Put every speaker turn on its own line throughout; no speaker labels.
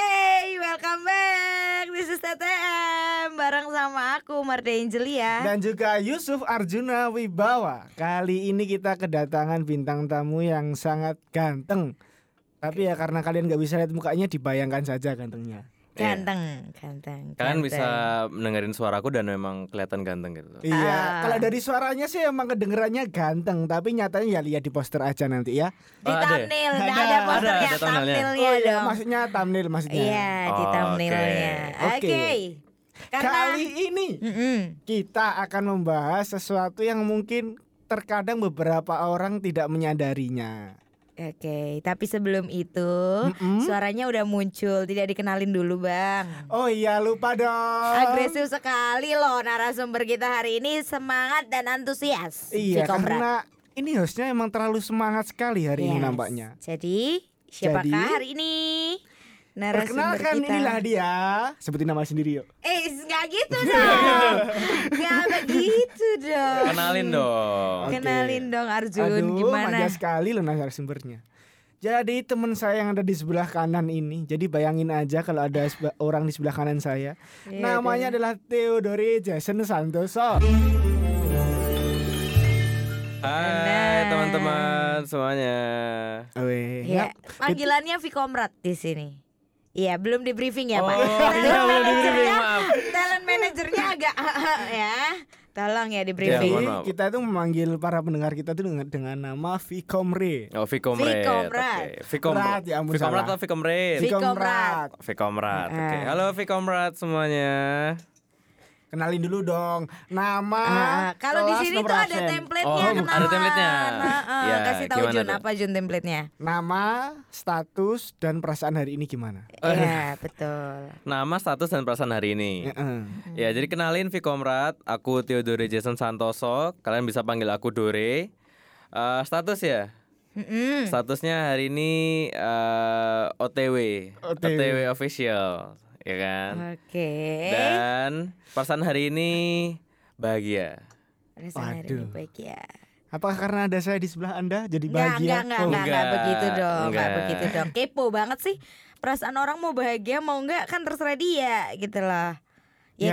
Yeay, welcome back. This is TTM bareng sama aku ya. Marda Angelia.
Dan juga Yusuf Arjuna Wibawa. Kali ini kita kedatangan bintang tamu yang sangat ganteng. Tapi ya karena kalian nggak bisa lihat mukanya, dibayangkan saja gantengnya.
Ganteng, ganteng.
Kalian
ganteng.
bisa mendengarin suaraku dan memang kelihatan ganteng gitu.
Ah.
Iya, kalau dari suaranya sih emang kedengerannya ganteng, tapi nyatanya ya lihat di poster aja nanti ya.
di
Oh, ada ya?
Eh, thumbnail,
Ada,
nggak ada
ada,
posternya,
ada thumbnailnya.
thumbnailnya
Oh, iya,
dong.
maksudnya thumbnail maksudnya.
Iya, di
Oke.
thumbnailnya. Oke.
Oke.
Karena
Kali ini
Mm-mm.
kita akan membahas sesuatu yang mungkin terkadang beberapa orang tidak menyadarinya.
Oke, tapi sebelum itu
Mm-mm.
suaranya udah muncul, tidak dikenalin dulu, Bang.
Oh iya lupa dong.
Agresif sekali loh narasumber kita hari ini, semangat dan antusias. Si
Iya
Kobra.
karena ini hostnya emang terlalu semangat sekali hari ini
Yes.
nampaknya.
Jadi siapakah
Jadi,
hari ini? Narasumber
Perkenalkan
kita.
inilah dia. Sebutin nama sendiri yuk.
Eh nggak gitu dong, nggak begitu dong.
Kenalin
Oke.
dong.
Kenalin dong Arjun
Aduh,
gimana?
manja sekali loh narasumbernya. Jadi teman saya yang ada di sebelah kanan ini, jadi bayangin aja kalau ada seba- orang di sebelah kanan saya,
Iya,
namanya adalah Theodore Jason Santoso.
Hai
Benar.
teman-teman semuanya.
Weh,
Ya,
ngap-
panggilannya Vikomrat di sini. Iya, belum di briefing ya, Pak.
Oh, iya, belum di briefing,
Manajernya-
maaf.
Talent manajernya agak ya. Tolong ya di
Jadi
briefing.
mohon maaf.
kita itu memanggil para pendengar kita itu dengan, dengan nama Vikomre.
Oh, Vikomret.
Vikomrat.
oke. Vikomrat.
Rat, ya ampun,
Vikomrat
salah.
atau Vikomret?
Vikomrat.
Vikomrat.
Vikomrat. Oke.
Ah.
Halo Vikomrat semuanya.
Kenalin dulu dong nama.
Ah, kalau di
kelas,
sini
nomor
tuh ada
absen.
template-nya
Oh, ada
kenalan.
template-nya.
Ah, ah,
Ya,
kasih tahu
gimana
Jun
tuh?
apa Jun template-nya.
Nama, status, dan perasaan hari ini gimana?
Eh.
Iya, betul.
Nama, status dan perasaan hari ini.
Heeh.
Ya, jadi kenalin Vikomrat, aku Theodore Jason Santoso. Kalian bisa panggil aku Dore. Eh, status ya?
Mm-mm.
Statusnya hari ini eh, OTW.
OTW.
official, ya kan?
Oke.
Dan perasaan hari ini bahagia.
Perasaan hari ini
Waduh.
baik ya.
Apakah karena ada saya di sebelah Anda jadi
Enggak,
bahagia?
enggak, enggak,
Oh,
enggak, enggak
enggak.
begitu dong, enggak
Enggak.
begitu dong. Kepo banget sih. Perasaan orang mau bahagia mau enggak kan terserah dia gitu loh.
Ya,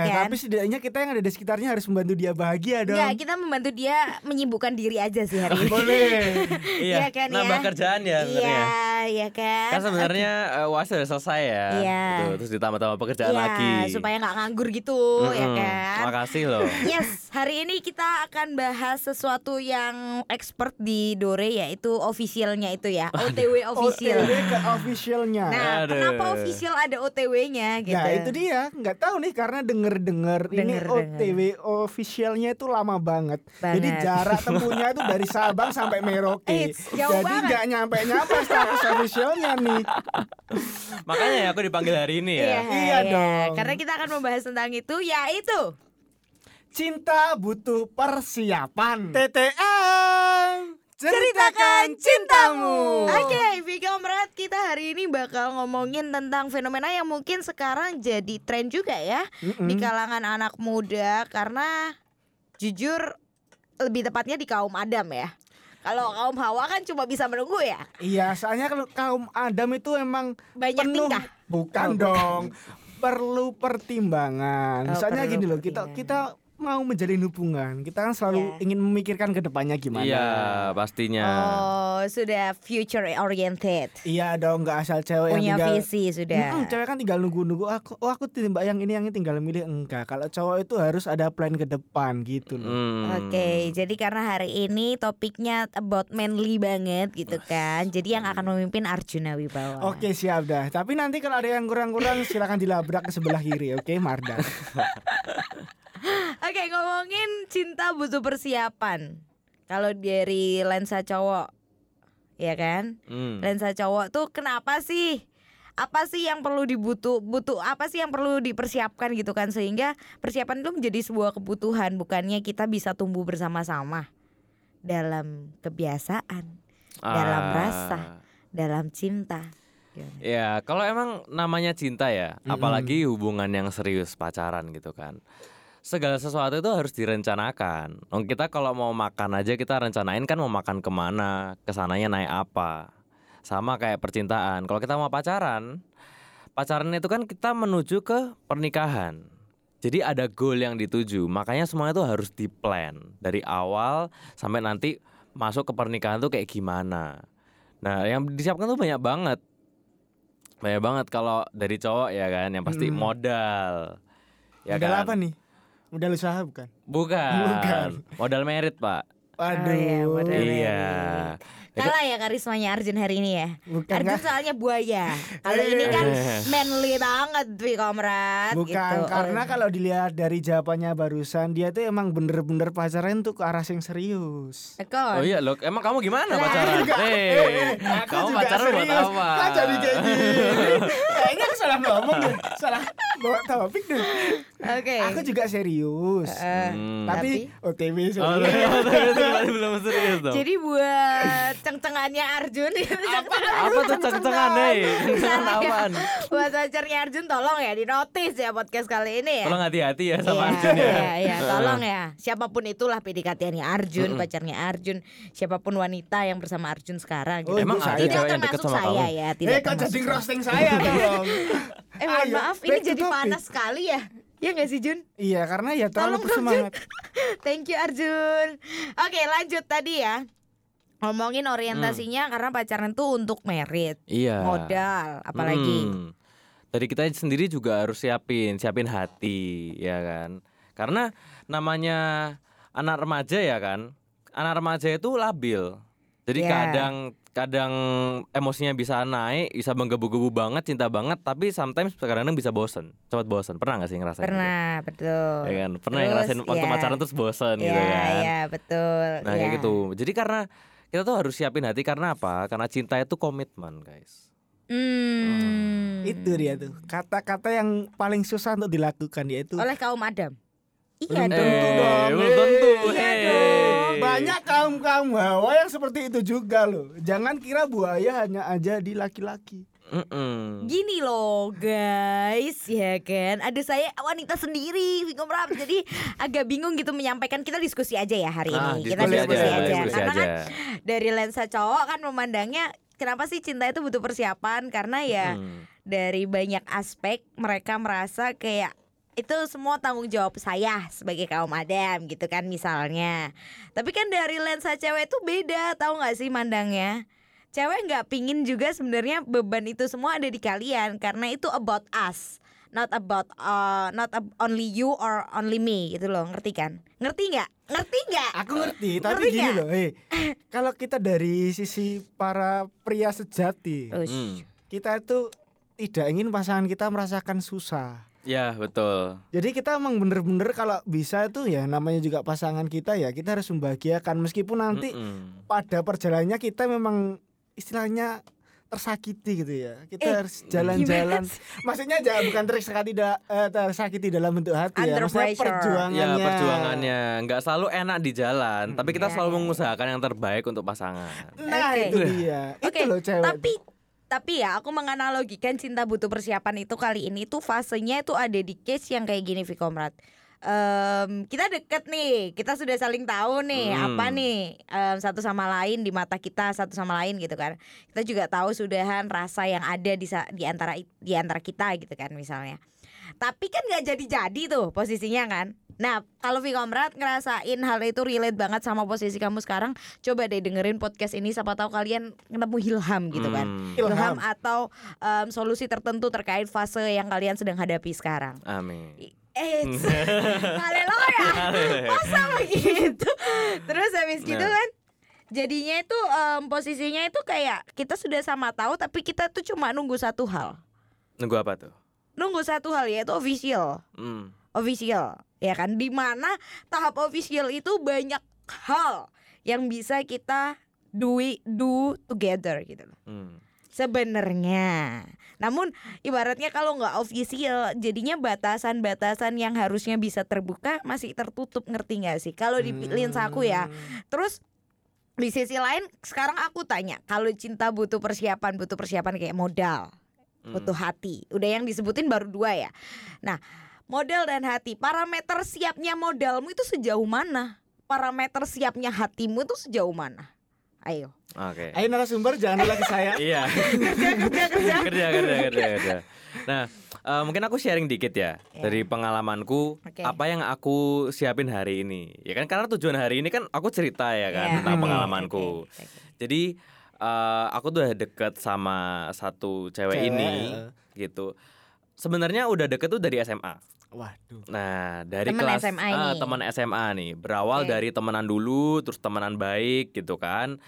Ya, kan? Iya,
tapi setidaknya kita yang ada di sekitarnya harus membantu dia bahagia dong.
Enggak, kita membantu dia menyibukkan diri aja sih hari ini.
Boleh.
Iya kan
nambah
ya?
kerjaan
Iya,
ya sebenarnya.
iya kan?
Kan sebenarnya eh, wasit udah selesai ya.
Iya.
Gitu, terus ditambah-tambah pekerjaan
Iya,
lagi.
supaya nggak nganggur gitu, ya
Mm-mm.
kan?
Makasih loh.
Yes, hari ini kita akan bahas sesuatu yang expert di Dore yaitu officialnya itu ya, OTW
OTW
official.
Oh, iya, ke officialnya.
Nah,
Aduh.
kenapa official ada OTW-nya gitu?
Nah itu dia nggak tahu nih karena denger-denger ini
Denger-denger.
OTW officialnya itu lama banget. Jadi
Banget.
jarak tempuhnya itu dari Sabang sampai Merauke.
Eits, jauh
Jadi
banget.
nggak nyampe-nyampe status officialnya nih.
Makanya ya aku dipanggil hari ini ya.
Iya dong.
Karena kita akan membahas tentang itu yaitu
Cinta butuh persiapan. TTM ceritakan cintamu.
Oke, Vika Merat kita hari ini bakal ngomongin tentang fenomena yang mungkin sekarang jadi tren juga ya
Mm-mm.
di kalangan anak muda karena jujur lebih tepatnya di kaum Adam ya. Kalau kaum Hawa kan cuma bisa menunggu ya.
Iya, soalnya kalau kaum Adam itu emang
Banyak
penuh
tingkah. Oh,
bukan
bukan.
dong. Perlu pertimbangan.
Oh,
soalnya
perlu
gini loh, kita
pertimbangan.
kita mau menjalin hubungan, kita kan selalu
Iya.
ingin memikirkan ke depannya gimana.
Iya, pastinya.
Oh, sudah future oriented.
Iya dong, nggak asal cewek
Punya
yang tinggal
visi sudah.
Mm-mm, cewek kan tinggal nunggu-nunggu aku, oh aku timbak yang ini yang ini tinggal milih enggak. Kalau cowok itu harus ada plan ke depan gitu loh.
Hmm.
Oke, jadi karena hari ini topiknya about manly banget gitu kan. Jadi yang akan memimpin Arjuna Wibawa.
Oke siap dah. Tapi nanti kalau ada yang kurang-kurang silakan dilabrak ke sebelah kiri, oke Marda.
Oke, ngomongin cinta butuh persiapan. Kalau dari lensa cowok, ya kan?
Hmm.
Lensa cowok tuh kenapa sih? Apa sih yang perlu dibutuh butuh apa sih yang perlu dipersiapkan gitu kan sehingga persiapan itu menjadi sebuah kebutuhan bukannya kita bisa tumbuh bersama-sama dalam kebiasaan, dalam
Ah.
rasa, dalam cinta.
Ya, kalau emang namanya cinta ya, apalagi hubungan yang serius pacaran gitu kan. Segala sesuatu itu harus direncanakan. Wong kita kalau mau makan aja kita rencanain kan mau makan kemana, kesananya naik apa. Sama kayak percintaan. Kalau kita mau pacaran, pacaran itu kan kita menuju ke pernikahan. Jadi ada goal yang dituju, makanya semuanya itu harus di plan dari awal sampai nanti masuk ke pernikahan tuh kayak gimana. Nah, yang disiapkan tuh banyak banget. Banyak banget kalau dari cowok ya kan, yang pasti
Mm.
modal. Ya
modal
kan?
apa nih? Modal usaha bukan?
Bukan.
Bukan.
Modal merit, Pak.
Waduh.
iya, modal. Merit.
Iya.
Kalah ya karismanya Arjun hari ini ya.
Bukan
Arjun
kan? Iya,
soalnya buaya. Kalau ini kan
Eh.
manly banget Dwi Komrat
Bukan
gitu.
karena kalau dilihat dari jawabannya barusan dia tuh emang bener-bener pacaran tuh ke arah yang serius.
Ekon.
Oh iya loh, emang kamu gimana
Lah,
pacaran?
juga.
Hei,
Eh, Aku
kamu
juga
pacaran buat
serius.
apa?
Kok jadi kayak gini? Kayaknya aku salah ngomong deh, salah bawa topik deh.
Oke.
Aku juga serius.
Eh,
Hmm.
tapi, OTW
Oh,
serius.
tapi- tapi- tapi belum serius dong.
Jadi buat cengcengannya Arjun gitu, cengcengan-
apa tuh ceng-cengan hei? Ceng-cengan
Salah ya.
apaan?
Buat pacarnya Arjun tolong ya di notice ya podcast kali ini ya.
Tolong hati-hati ya sama
Iya,
Arjun ya.
Iya, iya, tolong ya. Siapapun itulah PDKT-nya Arjun, pacarnya Arjun, siapapun wanita yang bersama Arjun sekarang.
Oh,
Gitu.
Itu
Emang ada
saya.
tidak
cewek yang deket
termasuk
sama
saya
kamu?
ya, tidak
Eh kok
termasuk
jadi
saya.
roasting saya dong?
Eh, mohon
Ayo,
maaf, ini
back to
jadi
topic.
panas sekali ya. Ya nggak sih Jun?
Iya karena ya terlalu
Tolong dong,
bersemangat.
Thank you Arjun. Oke, lanjut tadi ya. Ngomongin orientasinya karena pacaran tuh untuk merit,
Iya.
modal, apalagi.
Hmm. Dari kita sendiri juga harus siapin, siapin hati, ya kan? Karena namanya anak remaja ya kan, anak remaja itu labil. Jadi
Iya.
kadang kadang emosinya bisa naik, bisa menggebu-gebu banget, cinta banget, tapi sometimes kadang-kadang bisa bosen, cepat bosen. Pernah nggak sih ngerasain? gitu?
Pernah, betul.
Ya kan? Pernah
Terus,
ngerasain waktu
ya.
pacaran terus bosen
Iya,
gitu kan?
iya, betul.
Nah
iya.
kayak gitu. Jadi karena kita tuh harus siapin hati karena apa? Karena cinta itu komitmen, guys.
Hmm.
Itu dia tuh kata-kata yang paling susah untuk dilakukan yaitu
Oleh kaum Adam. Iya
Belum
dong.
tentu
Eh,
dong.
belum tentu,
Iya
hei.
dong. Banyak kaum kaum hawa yang seperti itu juga loh. Jangan kira buaya hanya aja di laki-laki.
Mm-mm.
Gini loh guys ya kan Ada saya wanita sendiri Bingung Rap. Jadi agak bingung gitu menyampaikan Kita diskusi aja ya hari
Ah,
ini Kita diskusi
diskusi
aja,
aja,
diskusi
Karena
aja.
kan dari lensa cowok kan memandangnya Kenapa sih cinta itu butuh persiapan Karena ya
Mm.
dari banyak aspek Mereka merasa kayak itu semua tanggung jawab saya sebagai kaum adam gitu kan misalnya Tapi kan dari lensa cewek itu beda tahu nggak sih mandangnya cewek nggak pingin juga sebenarnya beban itu semua ada di kalian karena itu about us not about uh, not ab- only you or only me gitu loh ngerti kan ngerti nggak ngerti nggak
Aku ngerti, tapi
Ngerti
gini
nggak?
loh. hei. kalau kita dari sisi para pria sejati,
Ush.
Mm.
kita itu tidak ingin pasangan kita merasakan susah.
Ya betul.
Jadi kita emang bener-bener kalau bisa itu ya namanya juga pasangan kita ya kita harus membahagiakan meskipun nanti
Mm-mm.
pada perjalanannya kita memang istilahnya tersakiti gitu ya. Kita
Eh,
harus jalan-jalan.
gimana sih?
Maksudnya jangan bukan tersakiti da, eh, tersakiti dalam bentuk hati ya.
Under
Maksudnya
pressure.
perjuangannya.
Ya perjuangannya nggak selalu enak di jalan, tapi kita
Ya.
selalu mengusahakan yang terbaik untuk pasangan.
Nah,
Oke.
itu dia.
Oke,
Itu loh cewek.
tapi tapi ya aku menganalogikan cinta butuh persiapan itu kali ini tuh fasenya itu ada di case yang kayak gini Vikomrat. Em, kita deket nih, kita sudah saling tahu nih
Hmm.
apa nih em, satu sama lain di mata kita satu sama lain gitu kan. Kita juga tahu sudahan rasa yang ada di sa- di antara di antara kita gitu kan misalnya. Tapi kan nggak jadi-jadi tuh posisinya kan. Nah, kalau Vikomrat ngerasain hal itu relate banget sama posisi kamu sekarang, coba deh dengerin podcast ini siapa tahu kalian ketemu ilham gitu kan.
Mm.
Ilham.
Ilham atau em, solusi tertentu terkait fase yang kalian sedang hadapi sekarang.
Amin.
Eh, haleluya. Masa begitu? Terus habis gitu
Nah.
kan jadinya itu em, posisinya itu kayak kita sudah sama tahu tapi kita tuh cuma nunggu satu hal.
Nunggu apa tuh?
Nunggu satu hal yaitu official.
Mm.
official ya kan dimana tahap official itu banyak hal yang bisa kita do do together gitu loh
Mm.
sebenarnya namun ibaratnya kalau nggak official jadinya batasan-batasan yang harusnya bisa terbuka masih tertutup ngerti nggak sih kalau di
Hmm.
lensa aku ya terus di sisi lain sekarang aku tanya kalau cinta butuh persiapan butuh persiapan kayak modal
Mm.
butuh hati. Udah yang disebutin baru dua ya. Nah, modal dan hati, parameter siapnya modalmu itu sejauh mana? Parameter siapnya hatimu itu sejauh mana? Ayo.
Oke.
Ayo narasumber jangan lagi saya.
Iya.
Kerja kerja kerja.
kerja kerja kerja kerja Nah, eh, mungkin aku sharing dikit ya
Ya.
dari pengalamanku
Oke.
apa yang aku siapin hari ini. Ya kan karena tujuan hari ini kan aku cerita ya kan
Ya.
tentang
Hmm.
pengalamanku.
Oke, oke, oke.
Jadi eh, aku tuh udah deket sama satu cewek,
Cewek,
ini
eh.
gitu. Sebenarnya udah deket tuh dari SMA.
Waduh.
Nah, dari
Temen
kelas
SMA
ah,
ini.
teman SMA nih. Berawal
Oke.
dari temenan dulu, terus temenan baik gitu kan.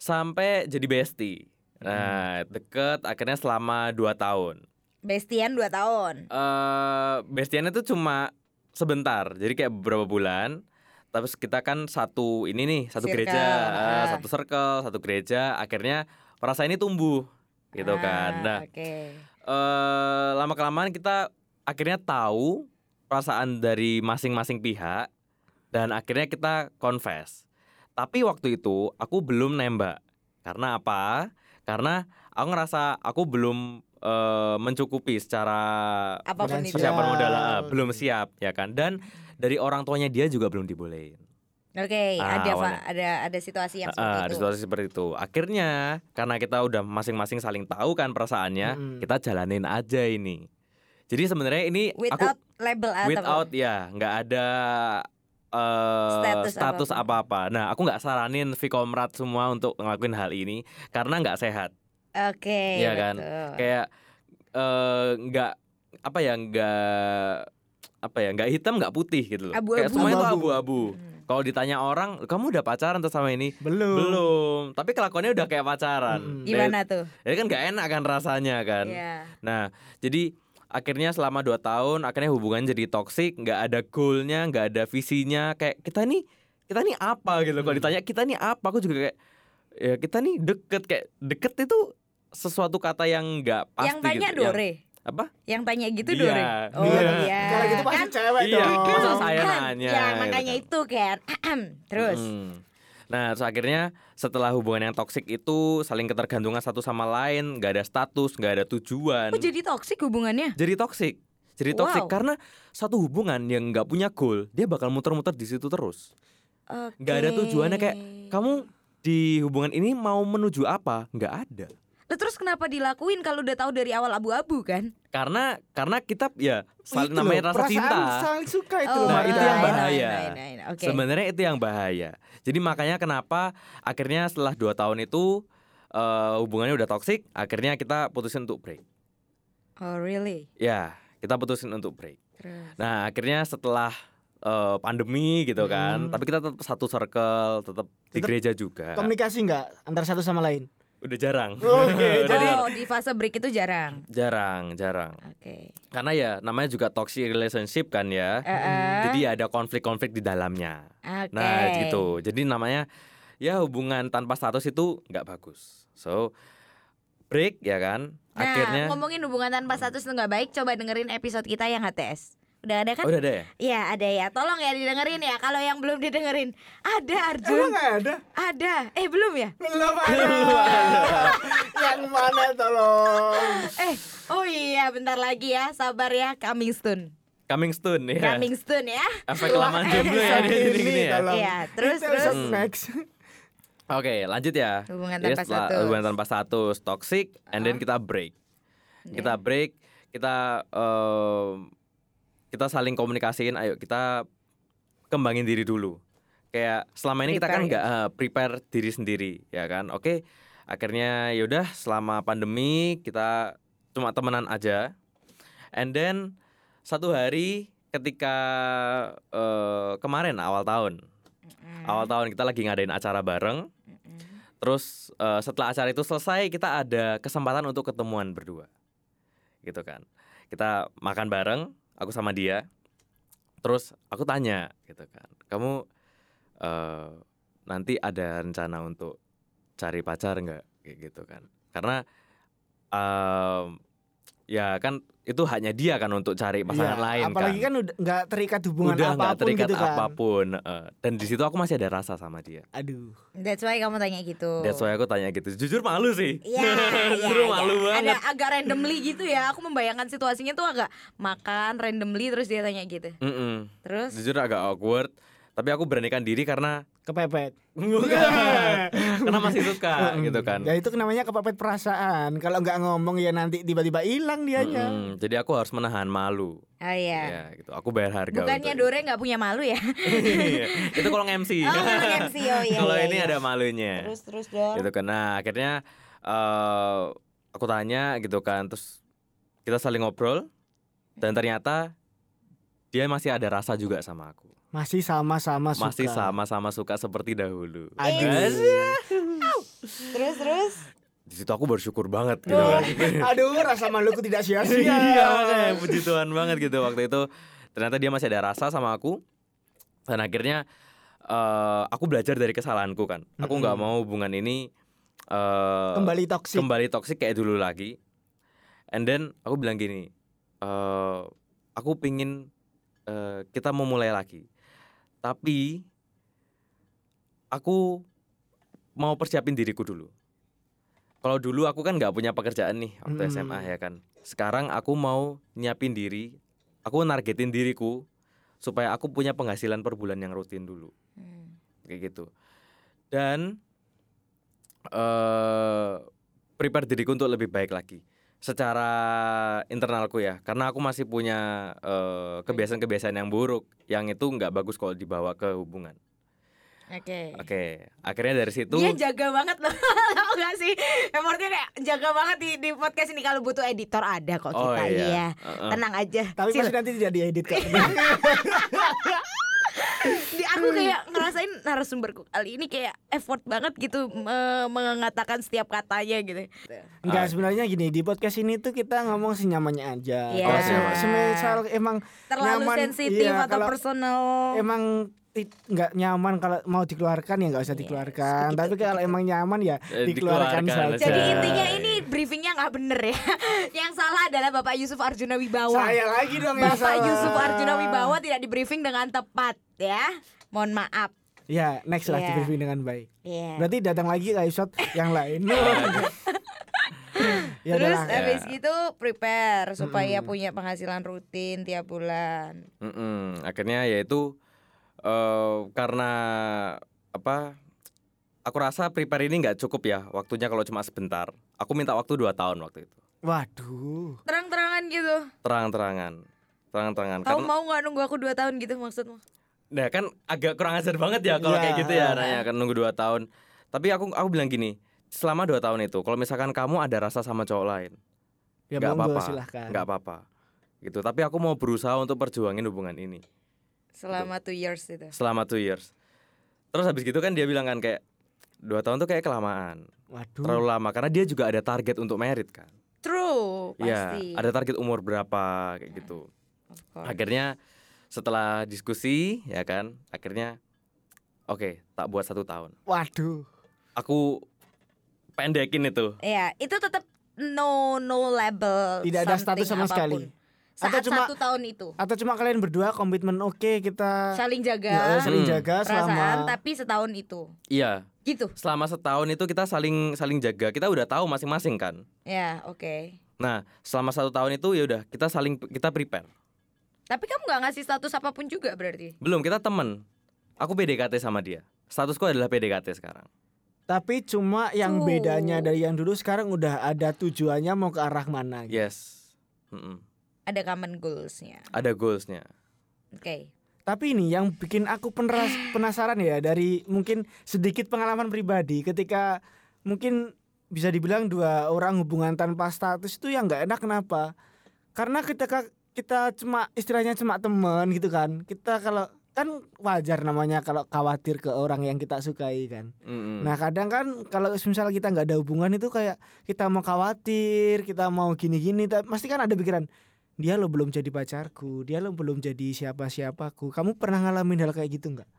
Sampai jadi bestie. Nah, deket akhirnya selama 2 tahun.
Bestian 2 tahun.
eh bestiannya tuh cuma sebentar, jadi kayak beberapa bulan. Terus kita kan satu ini nih, satu
Circle,
gereja, eh,
ah.
satu circle, satu gereja. Akhirnya perasaan ini tumbuh, gitu
Ah,
kan. Nah,
Oke.
eh lama kelamaan kita akhirnya tahu perasaan dari masing-masing pihak dan akhirnya kita confess. Tapi waktu itu aku belum nembak. Karena apa? Karena aku ngerasa aku belum eh, mencukupi secara
Apapun itu.
Siap.
persiapan modal ah,
Oke.
belum siap ya kan dan dari orang tuanya dia juga belum dibolehin
Oke,
Ah,
ada fa-
awalnya.
ada ada situasi yang
Ah, ah,
seperti
ada
itu.
situasi seperti itu akhirnya karena kita udah masing-masing saling tahu kan perasaannya
Mm-mm.
kita jalanin aja ini jadi sebenarnya ini
Without
aku
label atau
without ya nggak ada eh,
Status
status apa-apa. Nah, aku nggak saranin Vikomrat semua untuk ngelakuin hal ini karena nggak sehat.
Oke.
Iya kan?
betul.
Kayak eh, nggak apa ya nggak apa ya nggak hitam nggak putih gitu loh. Kayak
Abu-abu.
semuanya tuh
Abu-abu.
abu-abu.
Hmm.
Kalau ditanya orang, kamu udah pacaran tuh sama ini?
Belum.
Belum. Tapi kelakuannya udah kayak pacaran.
Mm-mm.
Gimana tuh?
Jadi kan nggak enak kan rasanya kan.
Iya.
Nah, jadi akhirnya selama 2 tahun akhirnya hubungan jadi toksik, nggak ada goalnya, nggak ada visinya. Kayak kita nih, kita nih apa gitu. Kalau ditanya kita nih apa, aku juga kayak ya kita nih deket kayak deket itu sesuatu kata yang nggak pasti.
yang tanya
gitu. Yang-
Dore.
apa?
yang tanya gitu
Dia.
Dore. Oh
Iya.
iya.
Kalau gitu pasti
Kan
cewek
Iya,
dong.
masa
Kan,
saya
kan.
nanya,
Ya,
gitu
makanya
kan.
itu kan. Terus.
Mm. Nah, terus akhirnya setelah hubungan yang toksik itu saling ketergantungan satu sama lain, nggak ada status, nggak ada tujuan.
Oh, jadi toksik hubungannya?
jadi toksik. Jadi toksik
Wow.
karena satu hubungan yang nggak punya goal, dia bakal muter-muter di situ terus. Nggak ada tujuannya kayak
Iya.
kamu di hubungan ini mau menuju apa? Nggak ada.
Lah, terus kenapa dilakuin kalau udah tahu dari awal abu-abu kan?
Karena karena kita ya saling
Itu Gitu loh,
namanya rasa
perasaan
cinta.
saling suka itu
Oh,
loh,
Nah, itu
Marta.
yang
I know, I know, I
bahaya.
know, I know. Oke.
Sebenarnya itu yang bahaya. Jadi makanya kenapa akhirnya setelah dua tahun itu eh, hubungannya udah toksik, akhirnya kita putusin untuk break.
Oh, really?
Ya, kita putusin untuk break.
Terus.
Nah, akhirnya setelah eh, pandemi gitu kan,
Hmm.
tapi kita tetap satu circle, tetap di
Tetap
gereja juga.
Komunikasi nggak antara satu sama lain?
Udah jarang.
Oke,
jadi
oh, di fase break itu jarang.
jarang, jarang.
Oke.
Karena ya namanya juga toxic relationship kan ya.
Eh, eh.
Jadi ya ada konflik-konflik di dalamnya.
Oke.
Nah, gitu. Jadi namanya ya hubungan tanpa status itu nggak bagus. So break ya kan.
Nah,
Akhirnya
ngomongin hubungan tanpa status itu nggak baik, coba dengerin episode kita yang HTS. Udah ada kan?
udah deh.
Iya ada ya, tolong ya didengerin ya. Kalau yang belum didengerin, ada
Emang
Arjun,
nggak ada?
ada. Eh belum ya?
Belum ada. yang mana tolong?
Eh, oh iya, bentar lagi ya, sabar ya, coming soon,
Coming soon ya.
coming soon ya.
Efek kelamaan jomblo ya
Episode
dia jadi gini ya. Hmm,
tolong.
Iya, terus,
Itu episode
terus.
next.
Oke, lanjut ya.
Hubungan
Jadi
tanpa
setelah
status. Ah.
Hubungan tanpa status, toxic, and then kita break. Kita break, kita em, kita saling komunikasiin. Ayo kita kembangin diri dulu. Kayak selama ini kita kan
Prepare
nggak eh, prepare diri sendiri, ya kan? Oke, akhirnya yaudah selama pandemi kita cuma temenan aja. And then satu hari ketika eh, kemarin awal tahun,
Hmm.
awal tahun kita lagi ngadain acara bareng. Terus eh, setelah acara itu selesai kita ada kesempatan untuk ketemuan berdua. Gitu kan. Kita makan bareng, aku sama dia. Terus aku tanya gitu kan. Kamu eh, nanti ada rencana untuk cari pacar nggak kayak gitu kan. Karena em, ya kan itu hanya dia kan untuk cari pasangan
Iya,
lain
Apalagi
kan.
kan udah nggak terikat hubungan
udah nggak
apapun
terikat
gitu kan.
apapun eh, dan di situ aku masih ada rasa sama dia.
Aduh.
That's why kamu tanya gitu.
That's why aku tanya gitu. Jujur malu sih.
Iya, iya, iya.
Jujur malu banget.
Ada agak randomly gitu ya. Aku membayangkan situasinya tuh agak makan randomly terus dia tanya gitu.
Mm-mm.
Terus
Jujur agak awkward. Tapi aku beranikan diri karena
kepepet.
Karena masih suka
Mm-mm.
gitu kan.
Ya itu namanya kepepet perasaan. Kalau nggak ngomong ya nanti tiba-tiba hilang
iya,
dianya.
Mm-mm. Jadi aku harus menahan malu.
Oh iya.
Ya, gitu. Aku bayar harga.
Bukannya
untuk
Dore nggak punya malu ya?
Iya. itu kalau MC.
Oh, kalau MC, oh iya,
kalau
iya,
ini
iya.
ada malunya.
Terus terus dong.
Gitu kan. Nah, akhirnya eh, aku tanya gitu kan, terus kita saling ngobrol dan ternyata dia masih ada rasa juga sama aku.
Masih
Ah,
sama-sama suka.
Masih Iya. sama-sama suka seperti dahulu.
Aduh.
Terus terus.
Di situ aku bersyukur banget gitu
Duh,
kan.
Aduh, rasa maluku tidak sia-sia.
Iya, makanya puji Tuhan banget gitu waktu itu. Ternyata dia masih ada rasa sama aku. Dan akhirnya eh, aku belajar dari kesalahanku kan. Aku nggak mau hubungan ini eh,
Kembali toksik.
kembali toksik kayak dulu lagi. And then aku bilang gini, eh, aku pingin eh, kita memulai lagi. Tapi aku mau persiapin diriku dulu. Kalau dulu aku kan nggak punya pekerjaan nih
Mm.
waktu SMA ya kan. Sekarang aku mau nyiapin diri, aku nargetin diriku supaya aku punya penghasilan per bulan yang rutin dulu
Hmm,
kayak gitu dan eh prepare diriku untuk lebih baik lagi secara internalku ya karena aku masih punya eh, kebiasaan-kebiasaan yang buruk yang itu nggak bagus kalau dibawa ke hubungan
Oke.
oke akhirnya dari situ eh,
Dia jaga banget loh, tau gak sih? Emornya kayak jaga banget di, di podcast ini kalau butuh editor ada kok
Oh,
kita,
iya.
iya.
Heeh.
Tenang aja.
Tapi
Sil.
masih nanti tidak diedit kok.
Di aku kayak ngerasain narasumberku kali ini kayak effort banget gitu me- mengatakan setiap katanya gitu.
Enggak
Ah.
sebenarnya gini di podcast ini tuh kita ngomong senyamannya aja.
Iya.
Kalau se- semisal emang
Terlalu
nyaman,
sensitif
iya,
atau
kalau
personal.
emang ti- nggak nyaman kalau mau dikeluarkan ya nggak usah
Iya,
dikeluarkan. Tapi kalau emang nyaman ya
Eh,
dikeluarkan,
dikeluarkan
saja.
Jadi
Say.
intinya ini briefingnya nggak bener ya. Yang salah adalah Bapak Yusuf Arjuna Wibawa.
Saya lagi dong
Iya.
yang
Bapak
salah.
Yusuf Arjuna Wibawa tidak di briefing dengan tepat ya. Mohon maaf.
Ya next lah
Iya.
di briefing dengan baik.
Iya.
Berarti datang lagi ke episode yang lain. ya Hmm.
Terus
udah.
eh,
habis
Ya.
gitu prepare supaya punya penghasilan rutin tiap bulan.
eh, Mm-mm. akhirnya yaitu eh karena apa aku rasa prepare ini nggak cukup ya waktunya kalau cuma sebentar aku minta waktu dua tahun waktu itu
Waduh.
Terang-terangan gitu.
terang-terangan terang-terangan
Kamu
Karena-
mau nggak nunggu aku 2 tahun gitu maksudmu?
Nah kan agak kurang ajar banget ya kalau
Iya.
kayak gitu ya nanya kan nunggu 2 tahun. Tapi aku aku bilang gini, selama 2 tahun itu kalau misalkan kamu ada rasa sama cowok lain,
Ya
nggak
monggo,
apa-apa.
silahkan.
nggak apa-apa. Gitu. Tapi aku mau berusaha untuk perjuangin hubungan ini
Selama 2 years gitu. itu.
selama 2 years. Terus habis gitu kan dia bilang kan kayak 2 tahun tuh kayak kelamaan,
Waduh.
terlalu lama karena dia juga ada target untuk merit kan.
True,
Iya,
pasti. Iya.
ada target umur berapa kayak gitu.
Of course.
Akhirnya setelah diskusi ya kan, akhirnya oke, tak buat satu tahun.
Waduh.
aku pendekin itu.
Iya, itu tetap no no label.
Tidak ada
something
status sama sekali.
apapun. Saat
Atau cuma-
satu tahun itu
Atau cuma kalian berdua komitmen oke kita
saling jaga
Ya, saling
Hmm.
jaga
perasaan
selama
tapi setahun itu.
Iya,
Gitu.
selama setahun itu kita saling saling jaga. Kita udah tahu masing-masing kan.
Ya, oke.
Nah, selama satu tahun itu ya udah kita saling kita prepare.
Tapi kamu nggak ngasih status apapun juga berarti.
Belum kita temen. Aku PDKT sama dia. Statusku adalah PDKT sekarang.
tapi cuma
Tuh.
yang bedanya dari yang dulu sekarang udah ada tujuannya mau ke arah mana gitu.
Yes. Mm-mm.
Ada common goalsnya.
Ada goalsnya.
Oke.
Tapi ini yang bikin aku peneras- penasaran ya dari mungkin sedikit pengalaman pribadi ketika mungkin bisa dibilang dua orang hubungan tanpa status itu yang nggak enak kenapa? Karena ketika kita cuma istilahnya cuma temen gitu kan. Kita kalau kan wajar namanya kalau khawatir ke orang yang kita sukai kan.
Mm-mm.
Nah kadang kan kalau misalnya kita nggak ada hubungan itu kayak kita mau khawatir, kita mau gini-gini, tapi pasti kan ada pikiran dia lo belum jadi pacarku, dia lo belum jadi siapa-siapaku. Kamu pernah ngalamin hal kayak gitu nggak?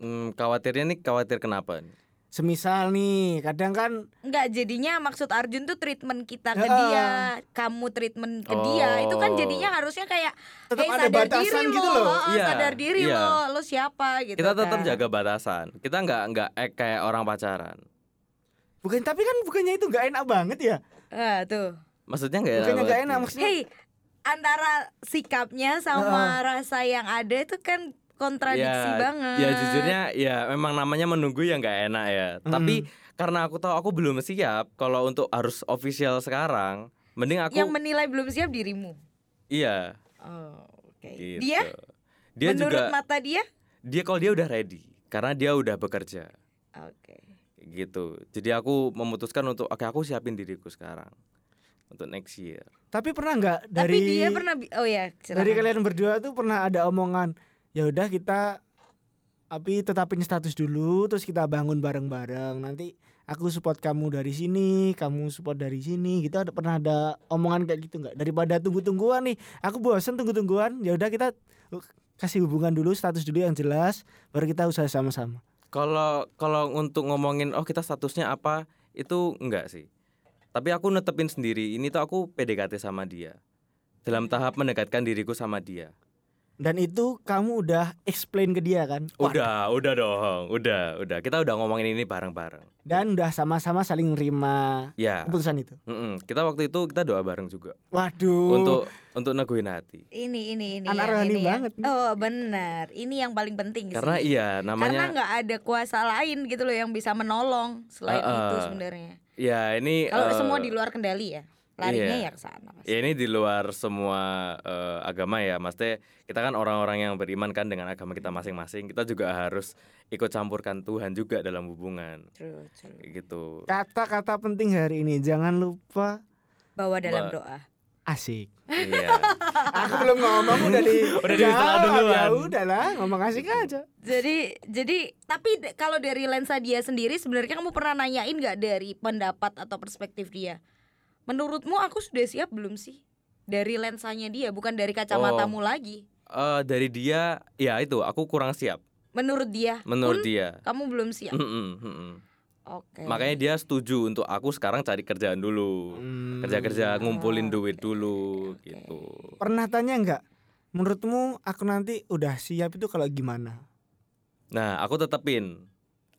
Mm, khawatirnya nih khawatir kenapa? nih?
Semisal nih, kadang kan
Enggak jadinya maksud Arjun tuh treatment kita ke
Ya.
dia, kamu treatment ke dia. Itu kan
Oh.
jadinya harusnya kayak
tetap
"Hey,
ada
Eh, sadar
batasan
diri
gitu
lo,
loh.
oh,
Iya,
sadar diri
iya.
lo, lo siapa gitu.
Kita tetap
kan.
jaga batasan. Kita nggak nggak act kayak orang pacaran.
Bukan tapi kan bukannya itu nggak enak banget ya?
Ah, tuh.
Maksudnya nggak ya? Iya.
Bukannya nggak enak
banget.
maksudnya?
Hey, antara sikapnya sama rasa yang ada itu kan kontradiksi
ya,
banget.
Ya jujurnya ya memang namanya menunggu ya nggak enak ya.
Mm.
Tapi karena aku tahu aku belum siap kalau untuk harus official sekarang, mending aku
yang menilai belum siap dirimu.
iya.
Oh, oke.
Gitu.
Dia,
dia
menurut
juga
mata dia,
dia kalau dia udah ready karena dia udah bekerja
oke.
gitu. Jadi aku memutuskan untuk oke aku siapin diriku sekarang untuk next year.
Tapi pernah nggak
Tapi
dari
dia pernah, bi- oh ya, silakan.
dari kalian berdua tuh pernah ada omongan ya udah kita tapi tetapin status dulu terus kita bangun bareng-bareng nanti aku support kamu dari sini kamu support dari sini gitu ada pernah ada omongan kayak gitu nggak daripada tunggu-tungguan nih aku bosen tunggu-tungguan ya udah kita uh, kasih hubungan dulu status dulu yang jelas baru kita usaha sama-sama
Kalau kalau untuk ngomongin oh kita statusnya apa itu enggak sih. Tapi aku netepin sendiri. Ini tuh aku PDKT sama dia. Dalam tahap mendekatkan diriku sama dia.
dan itu kamu udah explain ke dia kan Wah,
Udah, udah dong. Udah, udah. Kita udah ngomongin ini bareng-bareng.
dan udah sama-sama saling nerima
Ya.
keputusan itu
mm-mm. Kita waktu itu kita doa bareng juga
Uh.
waduh
untuk untuk neguin hati.
ini ini ini
Anak
yang
rohani
ini ya.
banget nih.
Oh benar, ini yang paling penting.
Karena
sih.
iya
karena
namanya
nggak ada kuasa lain gitu loh yang bisa menolong selain
Eh,
itu
eh.
sebenarnya.
ya ini
Kalau
eh,
semua di luar kendali ya, larinya
iya.
ya ke sana. pasti.
Ya ini di luar semua eh, agama ya, Mas Teh. Kita kan orang-orang yang beriman kan dengan agama kita masing-masing. Kita juga harus ikut campurkan Tuhan juga dalam hubungan
True, true.
Kayak gitu.
kata-kata penting hari ini jangan lupa
Bawa dalam
Ba-
doa.
asik
Iya.
Aku belum ngomong udah di
Udah ditelan duluan.
Ya udah lah ngomong asik aja.
Jadi jadi tapi d- kalau dari lensa dia sendiri sebenarnya kamu pernah nanyain nggak dari pendapat atau perspektif dia? Menurutmu aku sudah siap belum sih? Dari lensanya dia bukan dari
Oh.
kacamatamu lagi.
Eh, dari dia, ya itu aku kurang siap
Menurut dia.
menurut
pun
dia.
Kamu belum siap.
Mm-mm, mm-mm.
Oke.
Hmm. Makanya dia setuju untuk aku sekarang cari kerjaan dulu. Hmm. Kerja-kerja ngumpulin duit dulu
Hmm. oke.
gitu.
Pernah tanya nggak? Menurutmu aku nanti udah siap itu kalau gimana?
Nah, aku tetepin.